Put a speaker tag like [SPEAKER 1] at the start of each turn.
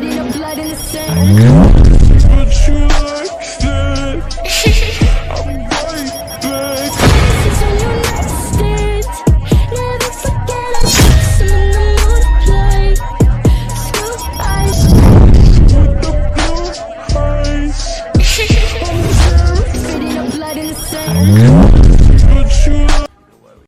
[SPEAKER 1] blood in the sand.
[SPEAKER 2] But you like that. I'm right back.
[SPEAKER 1] Kisses on your nightstand. Never forget I'm kissing in the moonlight. Screw eyes.
[SPEAKER 2] Eyes.
[SPEAKER 1] Spitting up blood in the sand.